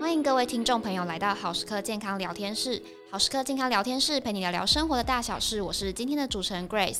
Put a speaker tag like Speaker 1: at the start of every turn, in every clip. Speaker 1: 欢迎各位听众朋友来到好时刻健康聊天室。好时刻健康聊天室陪你聊聊生活的大小事，我是今天的主持人 Grace。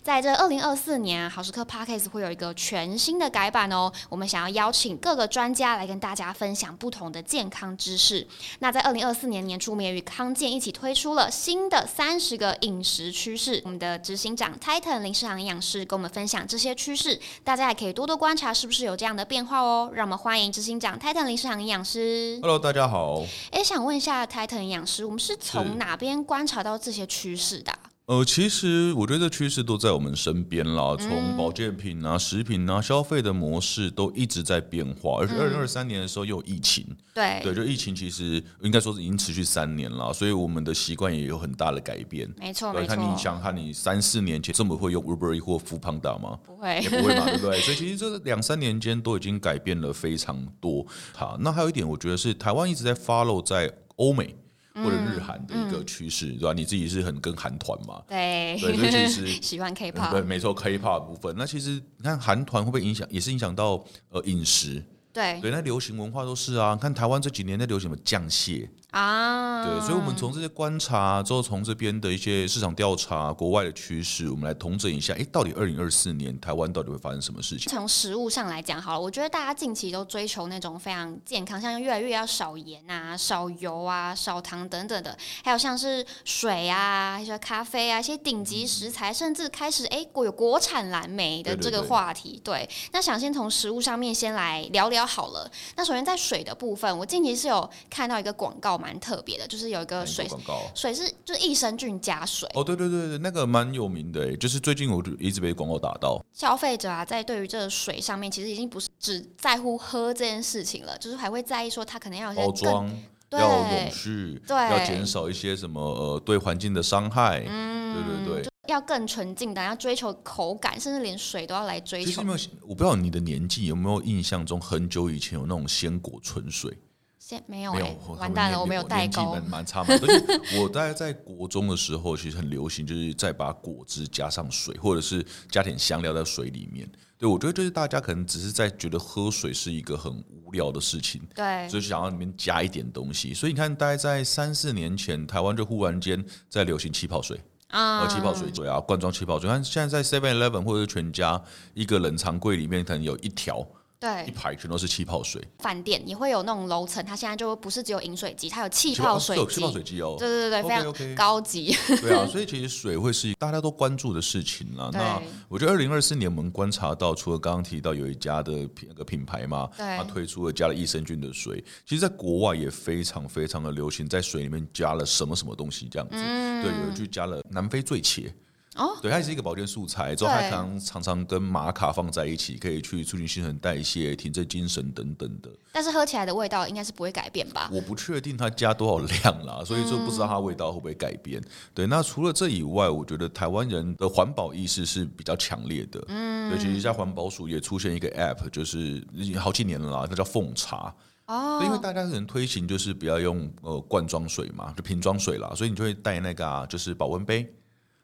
Speaker 1: 在这二零二四年啊，好时刻 Podcast 会有一个全新的改版哦。我们想要邀请各个专家来跟大家分享不同的健康知识。那在二零二四年年初，我们也与康健一起推出了新的三十个饮食趋势。我们的执行长 Titan 林世航营养师跟我们分享这些趋势，大家也可以多多观察是不是有这样的变化哦。让我们欢迎执行长 Titan 林世航营养师。
Speaker 2: Hello，大家好。
Speaker 1: 哎，想问一下 Titan 营养师，我们是从哪边观察到这些趋势的啊、
Speaker 2: 呃，其实我觉得这趋势都在我们身边啦，
Speaker 1: 嗯
Speaker 2: 从保健品啊、食品啊、消费的模式都一直在变化。而且二零二三年的时候又有疫情，
Speaker 1: 嗯对，
Speaker 2: 对，就疫情其实应该说是已经持续三年了，所以我们的习惯也有很大的改变。
Speaker 1: 没错
Speaker 2: 对，
Speaker 1: 没
Speaker 2: 看你
Speaker 1: 错，
Speaker 2: 想看你三四年前这么会用 Uber E 或 f o o Panda 吗？
Speaker 1: 不会
Speaker 2: 也，不会嘛，对不对？所以其实这两三年间都已经改变了非常多。好，那还有一点，我觉得是台湾一直在 follow 在欧美或者日韩的一个趋势，对吧？你自己是很跟韩团嘛？
Speaker 1: 对，
Speaker 2: 对所以其实
Speaker 1: 喜欢
Speaker 2: 嗯对，
Speaker 1: K-pop，
Speaker 2: 没错，K-pop 部分。那其实你看韩团会不会影响，也是影响到呃饮食，
Speaker 1: 对
Speaker 2: 对，那流行文化都是啊。你看台湾这几年在流行什么酱蟹，
Speaker 1: 啊，
Speaker 2: 对，所以我们从这些观察之后，从这边的一些市场调查、国外的趋势，我们来统整一下，诶，到底二零二四年台湾到底会发生什么事情？
Speaker 1: 从食物上来讲好了，我觉得大家近期都追求那种非常健康，像越来越要少盐啊、少油啊、少糖等等的，还有像是水啊、一些咖啡啊、一些顶级食材，甚至开始哎国有国产蓝莓的
Speaker 2: 嗯对对
Speaker 1: 这个
Speaker 2: 对
Speaker 1: 话题。对那想先从食物上面先来聊聊好了。那首先在水的部分，我近期是有看到一个广告蛮特别的，就是有一个
Speaker 2: 韩国
Speaker 1: 呃水
Speaker 2: 广告。
Speaker 1: 水是就是益生菌加水，
Speaker 2: 哦，对对对对，那个蛮有名的诶，就是最近我就一直被广告打到。
Speaker 1: 消费者啊，在对于这个水上面，其实已经不是只在乎喝这件事情了，就是还会在意说它可能要有
Speaker 2: 包
Speaker 1: 一些更
Speaker 2: 装
Speaker 1: 对
Speaker 2: 要永续，
Speaker 1: 对
Speaker 2: 要减少一些什么呃对环境的伤害，嗯，对对对。
Speaker 1: 要更纯净的，要追求口感，甚至连水都要来追
Speaker 2: 其实
Speaker 1: 求
Speaker 2: 有。没有，我不知道你的年纪有没有印象中，很久以前有那种鲜果纯水，
Speaker 1: 先没有
Speaker 2: 没
Speaker 1: 哎、
Speaker 2: 有，我
Speaker 1: 完蛋了，
Speaker 2: 我
Speaker 1: 我没有代
Speaker 2: 年纪
Speaker 1: 沟
Speaker 2: 蛮。蛮差嘛。所以我大概在国中的时候，其实很流行，就是再把果汁加上水，或者是加点香料在水里面。对，我觉得就是大家可能只是在觉得喝水是一个很无聊的事情，
Speaker 1: 对，
Speaker 2: 所以想要里面加一点东西。所以你看，大概在三四年前，台湾就忽然间在流行气泡水，
Speaker 1: 啊、
Speaker 2: 呃，气泡水水啊，罐装气泡水。看现在在 Seven Eleven 或者是全家一个冷藏柜里面，可能有一条一
Speaker 1: 对，
Speaker 2: 排全都是气泡水，
Speaker 1: 饭店也会有那种楼层，它现在就不是只有饮水机，它有气泡水
Speaker 2: 哦是有
Speaker 1: 机。
Speaker 2: 气泡水机哦。
Speaker 1: 对对对对，非
Speaker 2: OK，OK
Speaker 1: 常高级。
Speaker 2: 对啊，所以其实水会是大家都关注的事情啦。
Speaker 1: 对
Speaker 2: 那我觉得二零二四年我们观察到，除了刚刚提到有一家的品那个品牌嘛，
Speaker 1: 对
Speaker 2: 它推出了加了益生菌的水，其实在国外也非常非常的流行，在水里面加了什么什么东西这样子。对，有一句加了南非醉茄。
Speaker 1: 嗯哦，
Speaker 2: 对，它也是一个保健素材，之后它
Speaker 1: 对
Speaker 2: 常常常跟玛卡放在一起，可以去促进新陈代谢、提振精神等等的。
Speaker 1: 但是喝起来的味道应该是不会改变吧？
Speaker 2: 我不确定它加多少量啦，所以就不知道它味道会不会改变。对，那除了这以外，我觉得台湾人的环保意识是比较强烈的。嗯，对，其实在环保署也出现一个 app，就是已经好几年了啦，它叫奉茶。
Speaker 1: 哦，
Speaker 2: 对因为大家可能推行就是不要用呃罐装水嘛，就瓶装水啦，所以你就会带那个、啊、就是保温杯。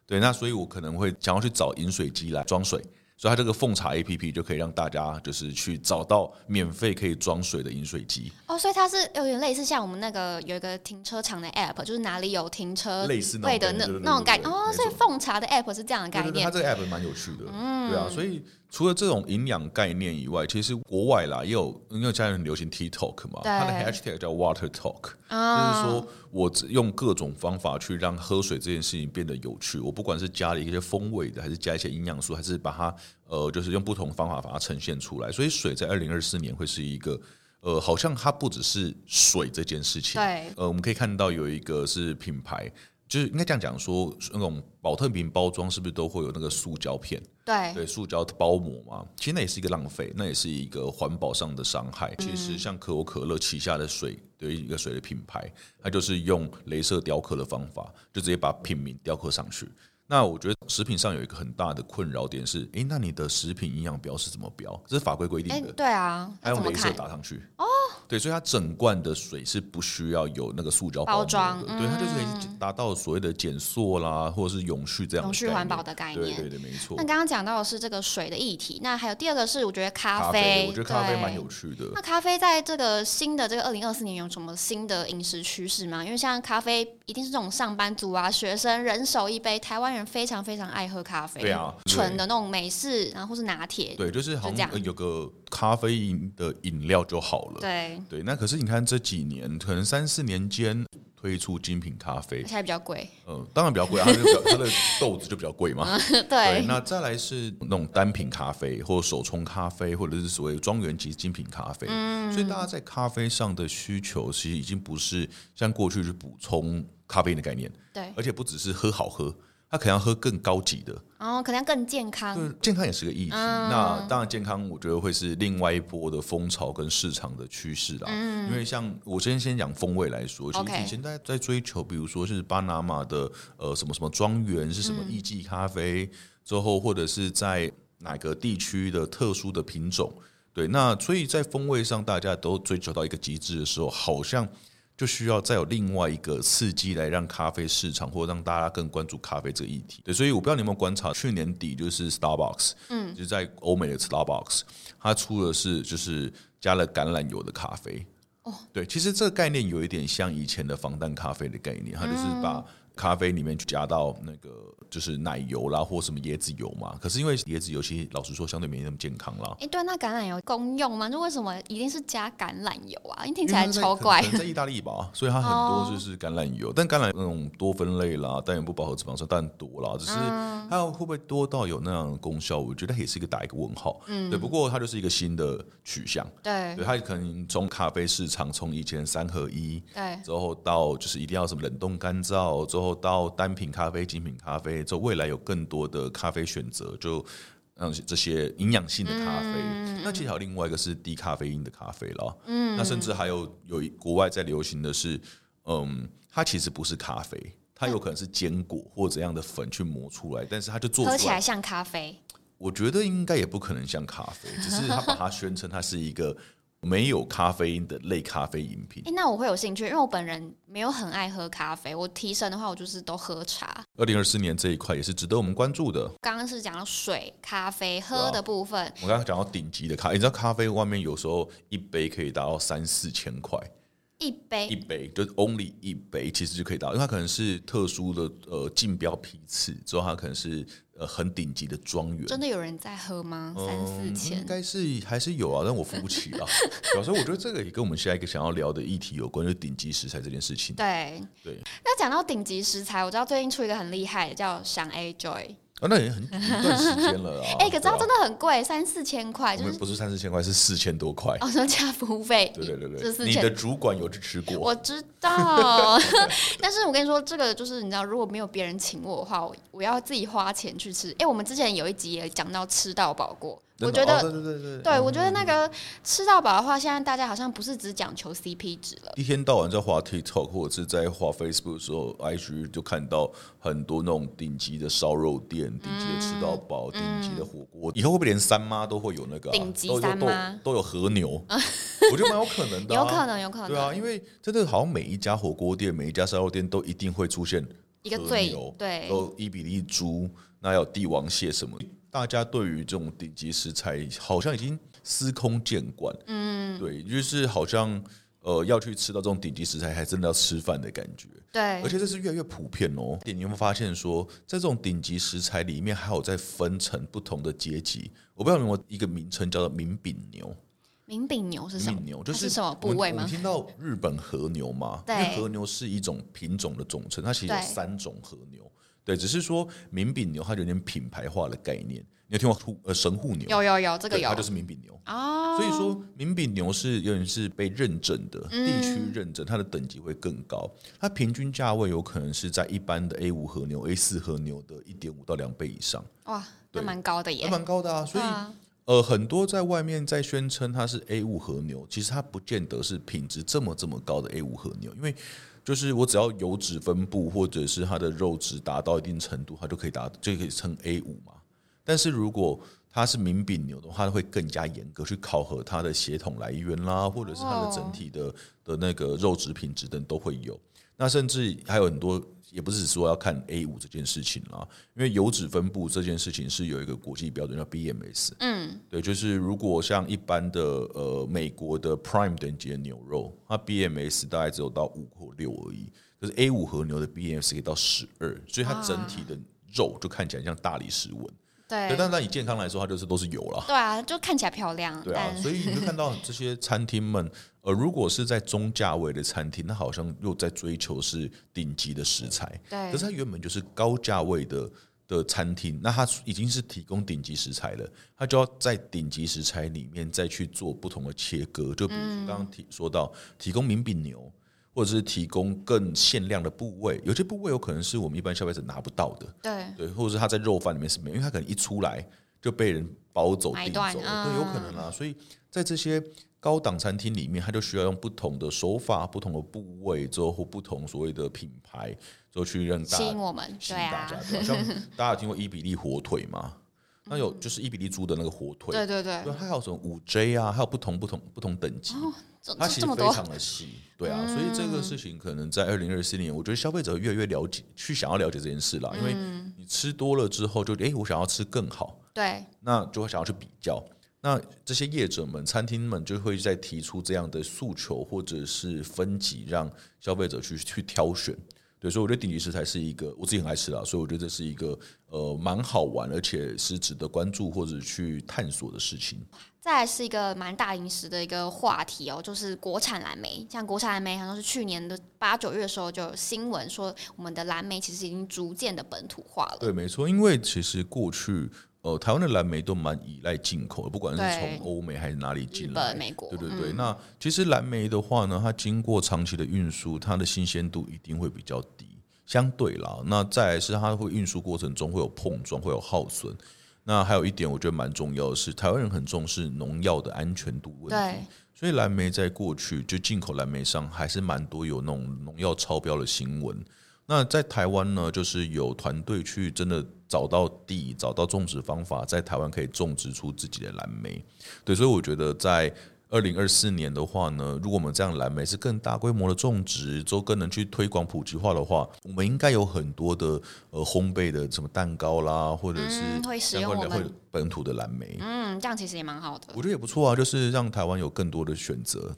Speaker 2: 对，那所以我可能会想要去找饮水机来装水，所以它这个奉茶 A P P 就可以让大家就是去找到免费可以装水的饮水机，
Speaker 1: 哦，所以它是有点类似像我们那个有一个停车场的 app，就是哪里有停车
Speaker 2: 类似那
Speaker 1: 位
Speaker 2: 种
Speaker 1: 的
Speaker 2: 感
Speaker 1: 那
Speaker 2: 觉对对
Speaker 1: 那种
Speaker 2: 对
Speaker 1: 感
Speaker 2: 对对
Speaker 1: 哦，
Speaker 2: 没
Speaker 1: 所以
Speaker 2: 错
Speaker 1: 奉茶的 app 是这样的概
Speaker 2: 对对对，它
Speaker 1: 念嗯
Speaker 2: 这个 app 蛮有趣的，对啊，所以除了这种营养概念以外，其实国外啦也有，因为现在很流行 Tea Talk 嘛，
Speaker 1: 对
Speaker 2: 它的 hashtag 叫 Water Talk，、
Speaker 1: 啊，
Speaker 2: 就是说我只用各种方法去让喝水这件事情变得有趣，我不管是加了一些风味的，还是加一些营养素，还是把它呃就是用不同方法把它呈现出来，所以水在二零二四年会是一个。呃，好像它不只是水这件事情，
Speaker 1: 对
Speaker 2: 呃，我们可以看到有一个是品牌，就是应该这样讲说，那种保特瓶包装是不是都会有那个塑胶片？
Speaker 1: 对
Speaker 2: 对，塑胶包膜嘛，其实那也是一个浪费，那也是一个环保上的伤害。其实像可口可乐旗下的水的一个水的品牌，它就是用镭射雕刻的方法，就直接把品名雕刻上去。那我觉得食品上有一个很大的困扰点是，诶，那你的食品营养标是怎么标？这是法规规定
Speaker 1: 哎
Speaker 2: 的，
Speaker 1: 对啊，
Speaker 2: 还
Speaker 1: 那
Speaker 2: 用
Speaker 1: 怎么
Speaker 2: 哎镭射
Speaker 1: 看？
Speaker 2: 打上去。哦，对，所以它整罐的水是不需要有那个塑胶
Speaker 1: 包
Speaker 2: 膜
Speaker 1: 装嗯
Speaker 2: 的对，它就是可以达到所谓的减塑啦，或者是永续这样的
Speaker 1: 永续
Speaker 2: 概
Speaker 1: 环
Speaker 2: 念
Speaker 1: 保的概
Speaker 2: 对
Speaker 1: 念。
Speaker 2: 对对，没错
Speaker 1: 那。刚刚讲到的是这个水的议题，那还有第二个是我觉得咖
Speaker 2: 咖
Speaker 1: 啡，
Speaker 2: 啡，我觉得咖啡
Speaker 1: 对
Speaker 2: 蛮有趣的。
Speaker 1: 那咖啡在这个新的这个二零二四年有什么新的饮食趋势吗？因为像咖啡一定是这种上班族啊、学生人手一杯，台湾人非常非常爱喝咖啡，
Speaker 2: 对啊对
Speaker 1: 纯的那种美式，然后或是拿铁，
Speaker 2: 对，就是好
Speaker 1: 就这
Speaker 2: 像
Speaker 1: 样
Speaker 2: 呃有个咖啡因的饮料就好了。
Speaker 1: 对，
Speaker 2: 对，那可是你看这几年，可能三四年间推出精品咖啡
Speaker 1: 而，且还比较 贵，
Speaker 2: 呃，当然比较贵啊，它就比较它的豆子就比较贵嘛。对，
Speaker 1: 对，
Speaker 2: 那再来是那种单品咖啡，或手冲咖啡，或者是所谓庄园级精品咖啡。所以大家在咖啡上的需求，其实已经不是像过去去补充咖啡因的概念，
Speaker 1: 对，
Speaker 2: 而且不只是喝好喝，它可能要喝更高级的。
Speaker 1: 然后哦可能要更健康，嗯
Speaker 2: 对，健康也是个议题。那当然，健康我觉得会是另外一波的风潮跟市场的趋势啦。因为像我先先讲风味来说，其
Speaker 1: 嗯 OK
Speaker 2: 实以前在在追求，比如说是巴拿马的呃什么什么庄园是什
Speaker 1: 嗯
Speaker 2: 么艺妓咖啡，之后或者是在哪个地区的特殊的品种。对，那所以在风味上，大家都追求到一个极致的时候，好像就需要再有另外一个刺激来让咖啡市场或让大家更关注咖啡这个议题。对，所以我不知道你有没有观察，去年底就是 Starbucks，嗯，就是在欧美的 Starbucks，它出的是就是加了橄榄油的咖啡。哦，对，其实这个概念有一点像以前的防弹咖啡的概念，它就是把咖啡里面去加到那个就是奶油啦或什么椰子油嘛。可是因为椰子油其实老实说相对没那么健康啦，
Speaker 1: 哎，对，那橄榄油公用吗？那为什么一定是加橄榄油啊？你听
Speaker 2: 因
Speaker 1: 起
Speaker 2: 为它
Speaker 1: 来
Speaker 2: 在
Speaker 1: 超
Speaker 2: 可
Speaker 1: 怪
Speaker 2: 可能在意大利吧，所以它很
Speaker 1: 哦
Speaker 2: 多就是橄榄油，但橄榄那种多酚类啦、单元不饱和脂肪酸当然多啦，只是
Speaker 1: 嗯
Speaker 2: 它会不会多到有那样的功效，我觉得也是一个打一个问号。嗯，对，不过它就是一个新的取向，
Speaker 1: 对
Speaker 2: 对，它可能从咖啡市场从以前三合一。
Speaker 1: 对，
Speaker 2: 之后到就是一定要什么冷冻干燥，之后到单品咖啡、精品咖啡，之后未来有更多的咖啡选择，就让这些营养性的咖啡。
Speaker 1: 嗯
Speaker 2: 那其实还有另外一个是低咖啡因的咖啡啦，嗯，那甚至还有有一国外在流行的是，嗯，它其实不是咖啡，它有可能是坚果或怎样的粉去磨出来，但是它就做
Speaker 1: 喝
Speaker 2: 出
Speaker 1: 起
Speaker 2: 来
Speaker 1: 来像咖啡，
Speaker 2: 我觉得应该也不可能像咖啡，只是他把它宣称它是一个没有咖啡因的类咖啡饮品
Speaker 1: 哎、。那我会有兴趣，因为我本人没有很爱喝咖啡。我提神的话，我就是都喝茶。
Speaker 2: 二零二四年这一块也是值得我们关注的。
Speaker 1: 刚刚是讲到水、咖啡
Speaker 2: 哦
Speaker 1: 喝的部分，
Speaker 2: 我刚刚讲到顶级的咖，你知道咖啡外面有时候一杯可以达到三四千块，
Speaker 1: 一杯
Speaker 2: 一杯就是 only 一杯，其实就可以达到，因为它可能是特殊的呃竞标批次，之后它可能是呃很顶级的庄园。嗯
Speaker 1: 真的有人在喝吗？三四
Speaker 2: 哦应
Speaker 1: 千，
Speaker 2: 该是还是有啊，但我付不起 啊。对啊所以我觉得这个也跟我们下一个想要聊的议题有关，就是顶级食材这件事情。
Speaker 1: 对
Speaker 2: 对。
Speaker 1: 那讲到顶级食材，我知道最近出一个很厉害的叫想 A Joy，
Speaker 2: 啊，那也很一段时间了 啊。
Speaker 1: 哎、可是它
Speaker 2: 对
Speaker 1: 真
Speaker 2: 啊
Speaker 1: 的很贵，三四千块，
Speaker 2: 我
Speaker 1: 就
Speaker 2: 们
Speaker 1: 是
Speaker 2: 不是三四千块，是四千多块。
Speaker 1: 哦，说加服务费，
Speaker 2: 对对对
Speaker 1: 就
Speaker 2: 对，
Speaker 1: 四
Speaker 2: 你的
Speaker 1: 千。
Speaker 2: 主管有去吃过？
Speaker 1: 我知 道， 但是我跟你说，这个就是你知道，如果没有别人请我的话，我我要自己花钱去吃。哎、我们之前有一集也讲到吃到饱过，我觉
Speaker 2: 真的
Speaker 1: 得
Speaker 2: 哦对对对对，
Speaker 1: 对，我觉得那个吃到饱的话，现在大家好像不是只讲求 CP 值了。
Speaker 2: 一天到晚在滑 TikTok 或者是在滑 Facebook 的时候，IG 就看到很多那种顶级的烧肉店、顶级的吃到饱、顶级的火锅。以后会不会连三妈都会有那个啊
Speaker 1: 嗯顶级
Speaker 2: 都有
Speaker 1: 三妈
Speaker 2: 都有都有和 牛？我觉得蛮有可能的啊，
Speaker 1: 有可能，有可
Speaker 2: 对
Speaker 1: 能，
Speaker 2: 啊，因为真的好像每一家火锅店、每一家烧肉店都一定会出现
Speaker 1: 一个
Speaker 2: 和
Speaker 1: 最
Speaker 2: 牛
Speaker 1: 对
Speaker 2: 有伊比利猪，那还有帝王蟹什么的。大家对于这种顶级食材好像已经司空见惯，嗯，对，就是好像呃要去吃到这种顶级食材，还真的要吃饭的感觉。
Speaker 1: 对
Speaker 2: 而，且这是越来越普遍哦。你有没有发现说，在这种顶级食材里面，还有在分成不同的阶级？我不知道有没有一个名称叫做名饼牛。
Speaker 1: 名饼牛是什么
Speaker 2: 命？牛，
Speaker 1: 它
Speaker 2: 就是
Speaker 1: 什么部
Speaker 2: 我们
Speaker 1: 位
Speaker 2: 我
Speaker 1: 吗
Speaker 2: 们？听到日本和牛嘛，因
Speaker 1: 对
Speaker 2: 为和牛是一种品种的总称，它其实有
Speaker 1: 对
Speaker 2: 三种和牛。对，只是说名品牛它有点品牌化的概念。你有听过护呃神户牛？
Speaker 1: 有有有，这个
Speaker 2: 对
Speaker 1: 有
Speaker 2: 它就是名品牛。
Speaker 1: 哦，
Speaker 2: 所以说，名品牛是有点是被认证的，
Speaker 1: 嗯
Speaker 2: 地区认证，它的等级会更高。它平均价位有可能是在一般的 A 五和牛、A 四和牛的一点五到两倍以上，
Speaker 1: 哇，那
Speaker 2: 对
Speaker 1: 蛮高的
Speaker 2: 还
Speaker 1: 耶。
Speaker 2: 蛮高的啊。所以
Speaker 1: 对啊
Speaker 2: 呃，很多在外面在宣称它是 A 五和牛，其实它不见得是品质这么这么高的 A 五和牛，因为就是我只要油脂分布或者是它的肉质达到一定程度，它就可以达就可以称 A 五嘛。但是如果它是名饼牛的话，它会更加严格去考核它的血统来源啦，或者是它的整体的、的那个肉质品质等都会有。那甚至还有很多，也不是说要看 A 五这件事情啦，因为油脂分布这件事情是有一个国际标准叫 BMS，
Speaker 1: 嗯，
Speaker 2: 对，就是如果像一般的呃美国的 Prime 等级的牛肉，它 BMS 大概只有到五或六而已，可是 A 五和牛的 BMS 可以到十二，所以它整体的肉就看起来像大理石纹。
Speaker 1: 对
Speaker 2: 对，，但但以健康来说，它就是都是油啦。
Speaker 1: 对啊，就看起来漂亮，
Speaker 2: 对啊，
Speaker 1: 但
Speaker 2: 所以你就看到这些餐厅们，呃，如果是在中价位的餐厅，它好像又在追求是顶级的食材，可
Speaker 1: 对
Speaker 2: 是它原本就是高价位的的餐厅，那它已经是提供顶级食材了，它就要在顶级食材里面再去做不同的切割，就比如说刚刚提说到提供名饼牛。或者是提供更限量的部位，有些部位有可能是我们一般消费者拿不到的，
Speaker 1: 对
Speaker 2: 对，或者是它在肉饭里面是没有，因为它可能一出来就被人包走、
Speaker 1: 买
Speaker 2: 订
Speaker 1: 断
Speaker 2: 走
Speaker 1: 嗯
Speaker 2: 了，对，有可能啊。所以在这些高档餐厅里面，它就需要用不同的手法、不同的部位，之后或不同所谓的品牌，之后去让大
Speaker 1: 吸
Speaker 2: 家
Speaker 1: 引我们，
Speaker 2: 吸
Speaker 1: 对
Speaker 2: 引大家
Speaker 1: 啊，。
Speaker 2: 对啊像大家有听过伊比利火腿吗？那有就是伊比利猪的那个火腿，
Speaker 1: 嗯对对对
Speaker 2: 对，，啊它还有什么五 J 啊，还有不同不同不同等级。
Speaker 1: 这
Speaker 2: 它
Speaker 1: 这
Speaker 2: 其
Speaker 1: 这
Speaker 2: 实
Speaker 1: 么
Speaker 2: 非
Speaker 1: 多，嗯
Speaker 2: 常的细，对啊，所以这个事情可能在二零二四年，我觉得消费者越来越了解，去想要了解这件事啦，因为
Speaker 1: 嗯
Speaker 2: 你吃多了之后就，诶，我想要吃更好，
Speaker 1: 对
Speaker 2: 那就会想要去比较。那这些业者们、餐厅们就会在提出这样的诉求或者是分级，让消费者去去挑选。对，所以我觉得顶级食材是一个我自己很爱吃啦，所以我觉得这是一个呃蛮好玩，而且是值得关注或者去探索的事情。
Speaker 1: 再来是一个蛮大零食的一个话题哦，就是国产蓝莓。像国产蓝莓，好像是去年的八九月的时候就有新闻说，我们的蓝莓其实已经逐渐的本土化了。
Speaker 2: 对，没错，因为其实过去呃，台湾的蓝莓都蛮依赖进口的，不管是
Speaker 1: 对
Speaker 2: 从欧美还是哪里
Speaker 1: 日
Speaker 2: 进来
Speaker 1: 本、。美国，嗯
Speaker 2: 对对对，那其实蓝莓的话呢，它经过长期的运输，它的新鲜度一定会比较低，相对啦。那再来是它会运输过程中会有碰撞，会有耗损。那还有一点，我觉得蛮重要的是，台湾人很重视农药的安全度问题
Speaker 1: 对，
Speaker 2: 所以蓝莓在过去就进口蓝莓上还是蛮多有那种农药超标的新闻。那在台湾呢，就是有团队去真的找到地、找到种植方法，在台湾可以种植出自己的蓝莓。对，所以我觉得在二零二四年的话呢，如果我们这样蓝莓是更大规模的种植，之后更能去推广普及化的话，我们应该有很多的呃烘焙的什么蛋糕啦，或者是
Speaker 1: 嗯会使
Speaker 2: 相关
Speaker 1: 用
Speaker 2: 的
Speaker 1: 我们
Speaker 2: 会本土的蓝莓，
Speaker 1: 嗯，这样其实也蛮好的。
Speaker 2: 我觉得也不错啊，就是让台湾有更多的选择。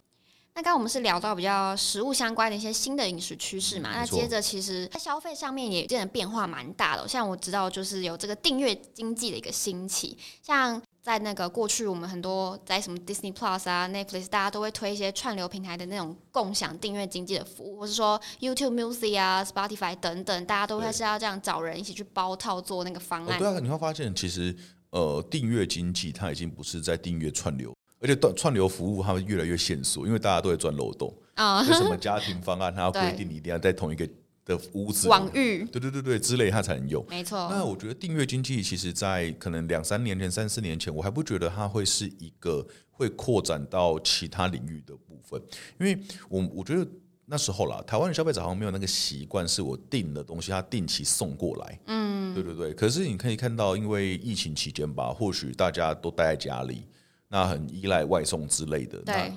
Speaker 1: 那刚刚我们是聊到比较食物相关的一些新的饮食趋势嘛，
Speaker 2: 嗯
Speaker 1: 那
Speaker 2: 没错
Speaker 1: 接着其实在消费上面也真的变化蛮大的。哦像我知道就是有这个订阅经济的一个兴起，像在那个过去我们很多在什么 Disney Plus 啊、Netflix，大家都会推一些串流平台的那种共享订阅经济的服务，或是说 YouTube Music 啊、Spotify 等等，大家都会
Speaker 2: 对
Speaker 1: 是要这样找人一起去包套做那个方
Speaker 2: 哦
Speaker 1: 案，
Speaker 2: 对啊，你会发现其实呃，订阅经济它已经不是在订阅串流，而且串流服务它们越来越限缩，因为大家都在钻漏 洞。
Speaker 1: 啊、
Speaker 2: 为什么家庭方案它要
Speaker 1: 对
Speaker 2: 规定你一定要在同一个的屋子里
Speaker 1: 网域，
Speaker 2: 对对对对，之类它才能用。
Speaker 1: 没错，
Speaker 2: 那我觉得订阅经济其实，在可能两三年前、三四年前，我还不觉得它会是一个会扩展到其他领域的部分，因为我我觉得那时候啦，台湾的消费者好像没有那个习惯，是我订的东西，它定期送过来。嗯，对对对。可是你可以看到，因为疫情期间吧，或许大家都待在家里，那很依赖外送之类的。那
Speaker 1: 对。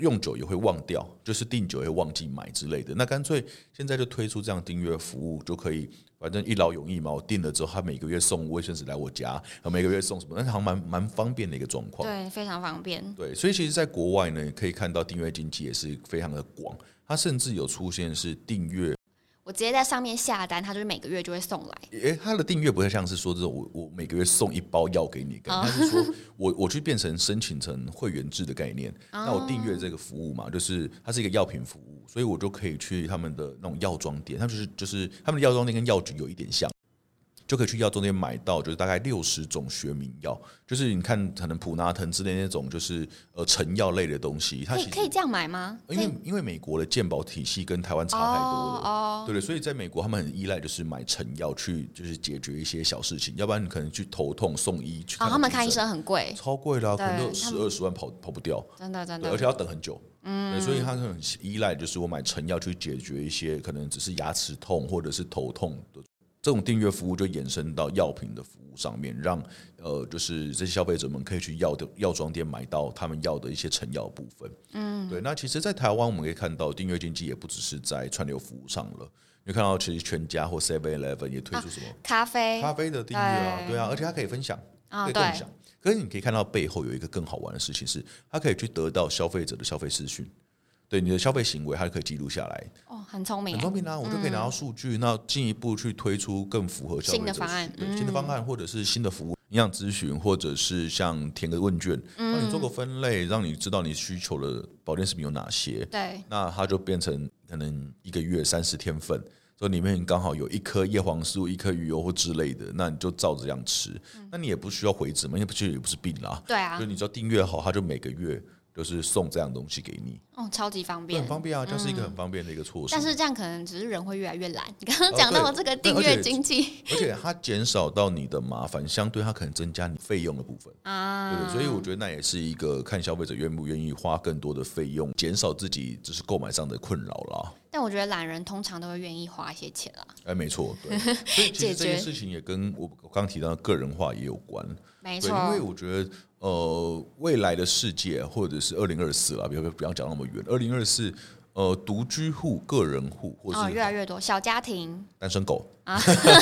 Speaker 2: 用久也会忘掉，就是订久也会忘记买之类的。那干脆现在就推出这样订阅服务，就可以反正一劳永逸嘛。我订了之后，他每个月送卫生纸来我家，呃每个月送什么，那好像蛮蛮方便的一个状况。
Speaker 1: 对，非常方便。
Speaker 2: 对，所以其实，在国外呢，可以看到订阅经济也是非常的广，它甚至有出现是订阅，
Speaker 1: 我直接在上面下单，它就是每个月就会送来。
Speaker 2: 诶，它哎的订阅不太像是说这种我我每个月送一包药给你，它是说我 我去变成申请成会员制的概念，那我订阅这个服务嘛，就是它是一个药品服务，所以我就可以去他们的那种药妆店，他们就是就是他们的药妆店跟药局有一点像。就可以去药妆店买到，就是大概六十种学名药，就是你看可能普拿疼之类那种，就是呃成药类的东西，它
Speaker 1: 可
Speaker 2: 其
Speaker 1: 以
Speaker 2: 实
Speaker 1: 可以这样买吗？
Speaker 2: 因为因为美国的健保体系跟台湾差太多了，
Speaker 1: 哦
Speaker 2: 对对，所以在美国他们很依赖就是买成药去就是解决一些小事情，要不然你可能去头痛送医去
Speaker 1: 哦，
Speaker 2: 看、
Speaker 1: 他们看医生很贵，
Speaker 2: 超贵啊啦、可能都有
Speaker 1: 对他
Speaker 2: 十
Speaker 1: 们
Speaker 2: 二十万跑跑不掉，
Speaker 1: 真的真
Speaker 2: 对，而且
Speaker 1: 的。
Speaker 2: 要等很久。嗯，所以他是很依赖，就是我买成药去解决一些可能只是牙齿痛或者是头痛的这种订阅服务就延伸到药品的服务上面，让呃，就是这些消费者们可以去药的药妆店买到他们要的一些成药部分。嗯，对。那其实，在台湾我们可以看到，订阅经济也不只是在串流服务上了，你看到其实全家或 Seven Eleven 也推出什么
Speaker 1: 咖啡
Speaker 2: 咖啡的订阅啊，
Speaker 1: 对
Speaker 2: 对啊，而且它可以分享，
Speaker 1: 啊
Speaker 2: 可以
Speaker 1: 对
Speaker 2: 共享。可是你可以看到背后有一个更好玩的事情是，它可以去得到消费者的消费资讯，对你的消费行为，它可以记录下来。
Speaker 1: 哦，很聪明
Speaker 2: 很
Speaker 1: 耶，
Speaker 2: 聪明啦、我就可以拿到数据，那进一步去推出更符合消费者
Speaker 1: 嗯新的方案嗯
Speaker 2: 需对新的方案或者是新的服务，营养咨询或者是像填个问卷，
Speaker 1: 嗯
Speaker 2: 帮你做个分类，让你知道你需求的保健食品有哪些。
Speaker 1: 对，
Speaker 2: 那它就变成可能一个月三十天份，所以里面刚好有一颗叶黄素、一颗鱼油或之类的，那你就照着这样吃，那你也不需要回执嘛，因为不是也不是病啦，
Speaker 1: 对啊
Speaker 2: 就，你只要订阅好，它就每个月就是送这样东西给你，
Speaker 1: 哦，超级方
Speaker 2: 就
Speaker 1: 便嗯
Speaker 2: 很。方便啊，这是一个很方便的一个措施。
Speaker 1: 但是这样可能只是人会越来越懒。你刚刚
Speaker 2: 哦
Speaker 1: 讲到
Speaker 2: 对
Speaker 1: 了这个
Speaker 2: 对
Speaker 1: 订
Speaker 2: 而且
Speaker 1: 阅经济
Speaker 2: 而且它减少到你的麻烦，相对它可能增加你费用的部分，对不
Speaker 1: 啊
Speaker 2: 对？，所以我觉得那也是一个看消费者愿不愿意花更多的费用，减少自己就是购买上的困扰啦。
Speaker 1: 但我觉得懒人通常都会愿意花一些钱啦。
Speaker 2: 哎，没错， 对。所以其
Speaker 1: 解
Speaker 2: 实这
Speaker 1: 决
Speaker 2: 件事情也跟我我刚提到的个人化也有关，
Speaker 1: 没
Speaker 2: 对，
Speaker 1: 错，
Speaker 2: 因为我觉得呃，未来的世界或者是二零二四啦，不要不要讲那么远，二零二四。呃，独居户、个人户，或
Speaker 1: 哦，
Speaker 2: 是
Speaker 1: 越来啊越多小家庭，
Speaker 2: 单身狗，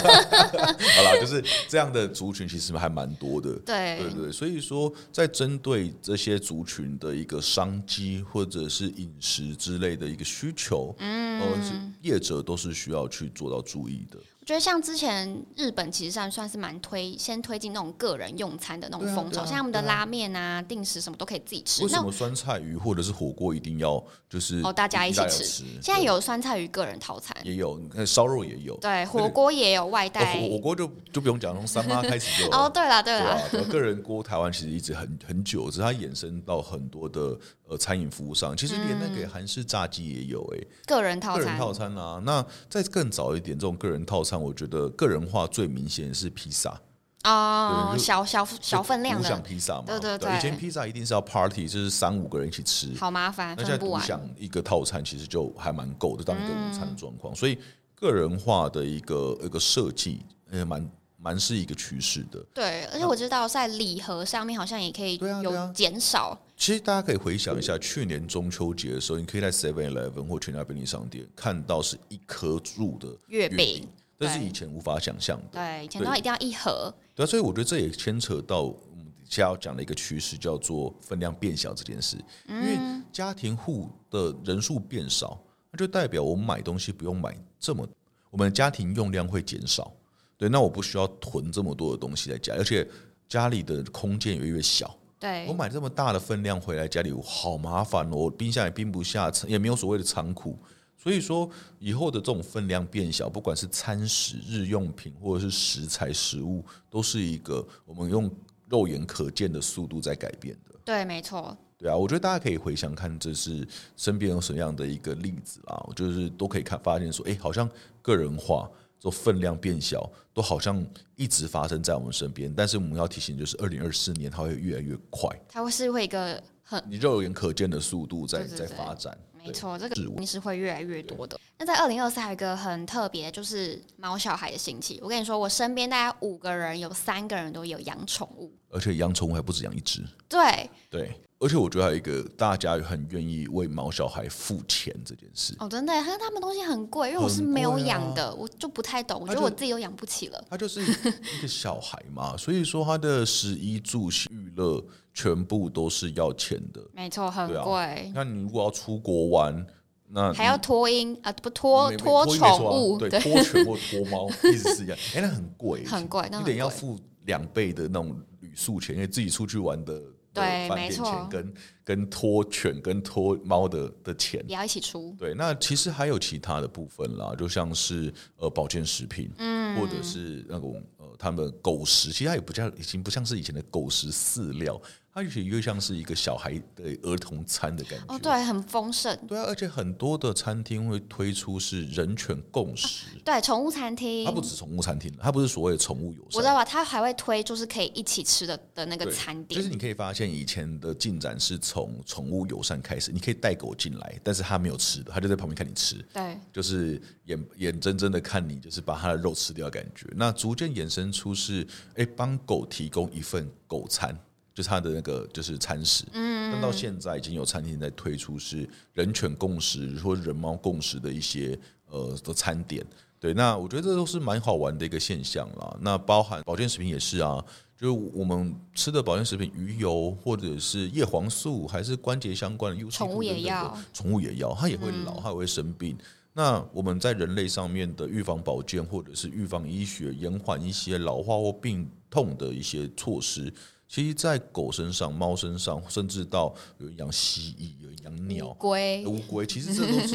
Speaker 2: 好啦，就是这样的族群，其实还蛮多的。
Speaker 1: 对
Speaker 2: 对对，所以说在针对这些族群的一个商机或者是饮食之类的一个需求，嗯，呃，是业者都是需要去做到注意的。
Speaker 1: 我觉得像之前日本其实算算是蛮推，先推进那种个人用餐的那
Speaker 2: 对
Speaker 1: 种
Speaker 2: 啊
Speaker 1: 风
Speaker 2: 对
Speaker 1: 潮，
Speaker 2: 啊
Speaker 1: 像他们的
Speaker 2: 对啊
Speaker 1: 拉面啊、定时什么都可以自己吃。
Speaker 2: 为
Speaker 1: 那
Speaker 2: 什么酸菜鱼或者是火锅一定要就是
Speaker 1: 哦，大家一起
Speaker 2: 吃？
Speaker 1: 吃。现在
Speaker 2: 对
Speaker 1: 有酸菜鱼个人套餐，
Speaker 2: 也有，你看烧肉也有，
Speaker 1: 对，火锅也有外
Speaker 2: 呃
Speaker 1: 带。
Speaker 2: 火火锅就就不用讲，从三妈开始就有了
Speaker 1: 哦，对了对
Speaker 2: 对
Speaker 1: 了，
Speaker 2: 啊，对啊个人锅台湾其实一直很很久，只是它衍生到很多的呃餐饮服务上，其实连那个韩式炸鸡也有哎、
Speaker 1: 个人嗯套
Speaker 2: 个人
Speaker 1: 餐。
Speaker 2: 套餐啊。那再更早一点，这种个人套餐，我觉得个人化最明显是披萨，
Speaker 1: 哦，
Speaker 2: 对就
Speaker 1: 小小小份量
Speaker 2: 独享
Speaker 1: 的，
Speaker 2: 披萨嘛。
Speaker 1: 对对对
Speaker 2: 以前披萨一定是要 party，就是三五个人一起吃，
Speaker 1: 好麻烦，
Speaker 2: 那现在
Speaker 1: 分不
Speaker 2: 独
Speaker 1: 完。
Speaker 2: 享一个套餐其实就还蛮够的，当一个午餐的状
Speaker 1: 嗯
Speaker 2: 况。所以个人化的一个一个设计，呃，蛮蛮是一个趋势的。
Speaker 1: 对，而且我知道在礼盒上面好像也可以
Speaker 2: 对啊对啊
Speaker 1: 有减少，
Speaker 2: 其实大家可以回想一下，去年中秋节的时候，你可以在 Seven Eleven 或全家便利商店看到是一颗柱的
Speaker 1: 月饼
Speaker 2: 饼，这是
Speaker 1: 对
Speaker 2: 以前无法想象的。
Speaker 1: 对，以前都一定要一盒，
Speaker 2: 对啊，所以我觉得这也牵扯到我们底下要讲的一个趋势，叫做分量变小这件事。因为家庭户的人数变少，那就代表我们买东西不用买这么，我们的家庭用量会减少。对，那我不需要囤这么多的东西在家，而且家里的空间也越来越小。我
Speaker 1: 对，
Speaker 2: 买这么大的分量回来家里，我好麻烦哦，我冰箱也冰不下，也没有所谓的仓库。所以说，以后的这种分量变小，不管是餐食、日用品或者是食材、食物，都是一个我们用肉眼可见的速度在改变的。
Speaker 1: 对，没错，
Speaker 2: 对啊，我觉得大家可以回想看，这是身边有什么样的一个例子啦，就是都可以看发现说，哎，好像个人化、说分量变小，都好像一直发生在我们身边。但是我们要提醒，就是二零二四年它会越来越快。
Speaker 1: 它会是会一个很
Speaker 2: 你肉眼可见的速度在
Speaker 1: 对对
Speaker 2: 在
Speaker 1: 对
Speaker 2: 发展，
Speaker 1: 没
Speaker 2: 对
Speaker 1: 错，这个
Speaker 2: 是
Speaker 1: 肯定是会越来越多的。那在二零二四还有一个很特别，就是猫小孩的兴起。我跟你说，我身边大概五个人有三个人都有养宠物，
Speaker 2: 而且养宠物还不止养一只，
Speaker 1: 对，
Speaker 2: 对，而且我觉得还有一个大家很愿意为毛小孩付钱这件事，
Speaker 1: 哦，真的，他他们东西很贵，因为我是
Speaker 2: 很
Speaker 1: 没有
Speaker 2: 贵啊
Speaker 1: 养的，我就不太懂，我觉得
Speaker 2: 就
Speaker 1: 我自己都养不起了。
Speaker 2: 他就是一个小孩 嘛，所以说他的食衣住行娱乐全部都是要钱的。
Speaker 1: 没错，很
Speaker 2: 对啊
Speaker 1: 贵，
Speaker 2: 那你如果要出国玩，那
Speaker 1: 还要托婴啊，不托
Speaker 2: 没没
Speaker 1: 托
Speaker 2: 托婴没
Speaker 1: 宠
Speaker 2: 错啊
Speaker 1: 物，
Speaker 2: 对，托犬或托 猫意思是一样，哎，那很贵，
Speaker 1: 很贵那很
Speaker 2: 你得要
Speaker 1: 贵
Speaker 2: 付两倍的那种旅宿钱，因为自己出去玩的的
Speaker 1: 对
Speaker 2: 饭
Speaker 1: 没
Speaker 2: 店
Speaker 1: 错
Speaker 2: 钱跟跟托犬跟托猫的的钱。
Speaker 1: 也要一起出。
Speaker 2: 对，那其实还有其他的部分啦，就像是呃保健食品，嗯，或者是那种呃他们的狗食，其实它也不像已经不像是以前的狗食饲料，它它也许越像是一个小孩的儿童餐的感觉。
Speaker 1: 哦，对，很丰盛。
Speaker 2: 对啊，而且很多的餐厅会推出是人权共识，
Speaker 1: 对，宠物餐厅
Speaker 2: 它，不止宠物餐厅了，它不是所谓的宠物友
Speaker 1: 我知道
Speaker 2: 善。
Speaker 1: 吧？它还会推就是可以一起吃的的那个
Speaker 2: 对
Speaker 1: 餐
Speaker 2: 就
Speaker 1: 点
Speaker 2: 是。你可以发现，以前的进展是从宠物友善开始，你可以带狗进来，但是它没有吃的，它就在旁边看你吃。
Speaker 1: 对，
Speaker 2: 就是眼眼睁睁的看你，就是把它的肉吃掉的感觉。那逐渐衍生出是，哎、帮狗提供一份狗餐，就是它的那个就是餐食。嗯，但到现在已经有餐厅在推出是人犬共识或人猫共识的一些呃的餐点。对，那我觉得这都是蛮好玩的一个现象啦。那包含保健食品也是啊，就是我们吃的保健食品，鱼油或者是叶黄素，还是关节相关的 UC
Speaker 1: 宠物也
Speaker 2: 等等的
Speaker 1: 要
Speaker 2: 宠物也要，它也会老，它也会生病。那我们在人类上面的预防保健，或者是预防医学，延缓一些老化或病痛的一些措施，其实，在狗身上、猫身上，甚至到有人养蜥蜴、有人养
Speaker 1: 乌
Speaker 2: 鸟、
Speaker 1: 龟
Speaker 2: 乌龟，其实这 都是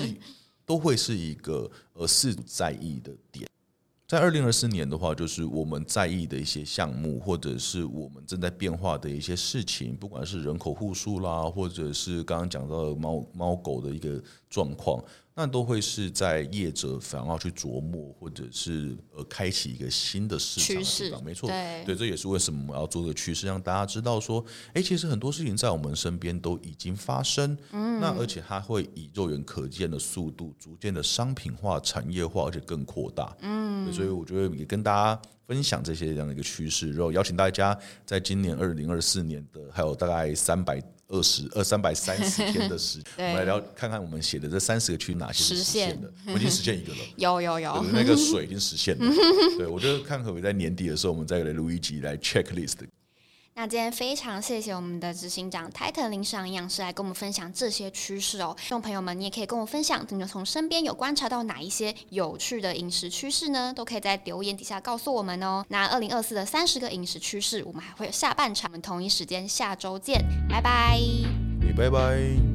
Speaker 2: 都会是一个呃世俗在意的点。在二零二四年的话，就是我们在意的一些项目，或者是我们正在变化的一些事情，不管是人口户数啦，或者是刚刚讲到的猫猫狗的一个状况，那都会是在业者反而去琢磨，或者是呃开启一个新的市场
Speaker 1: 趋
Speaker 2: 的
Speaker 1: 势
Speaker 2: 地方没错，
Speaker 1: 对
Speaker 2: 对，这也是为什么我们要做这个趋势，让大家知道说，哎，其实很多事情在我们身边都已经发生，那而且它会以肉眼可见的速度，逐渐的商品化、产业化，而且更扩大。嗯，所以我觉得也跟大家分享这些这样的一个趋势，然后邀请大家在今年二零二四年的还有大概三百二十二三百三十天的 时，我
Speaker 1: 对
Speaker 2: 们来聊看看我们写的这三十个区哪些是
Speaker 1: 实
Speaker 2: 实
Speaker 1: 现
Speaker 2: 现的，我已经实现一个了。
Speaker 1: 有有有
Speaker 2: 对，那个水已经实现了。对，我觉得看可不可以在年底的时候，我们再来录一集来 checklist。
Speaker 1: 那今天非常谢谢我们的执行长 Titan 林上营养师来跟我们分享这些趋势哦。听众朋友们，你也可以跟我分享，你们从身边有观察到哪一些有趣的饮食趋势呢？都可以在留言底下告诉我们哦。那二零二四的三十个饮食趋势，我们还会有下半场，我们同一时间下周见，拜拜。
Speaker 2: 你拜拜。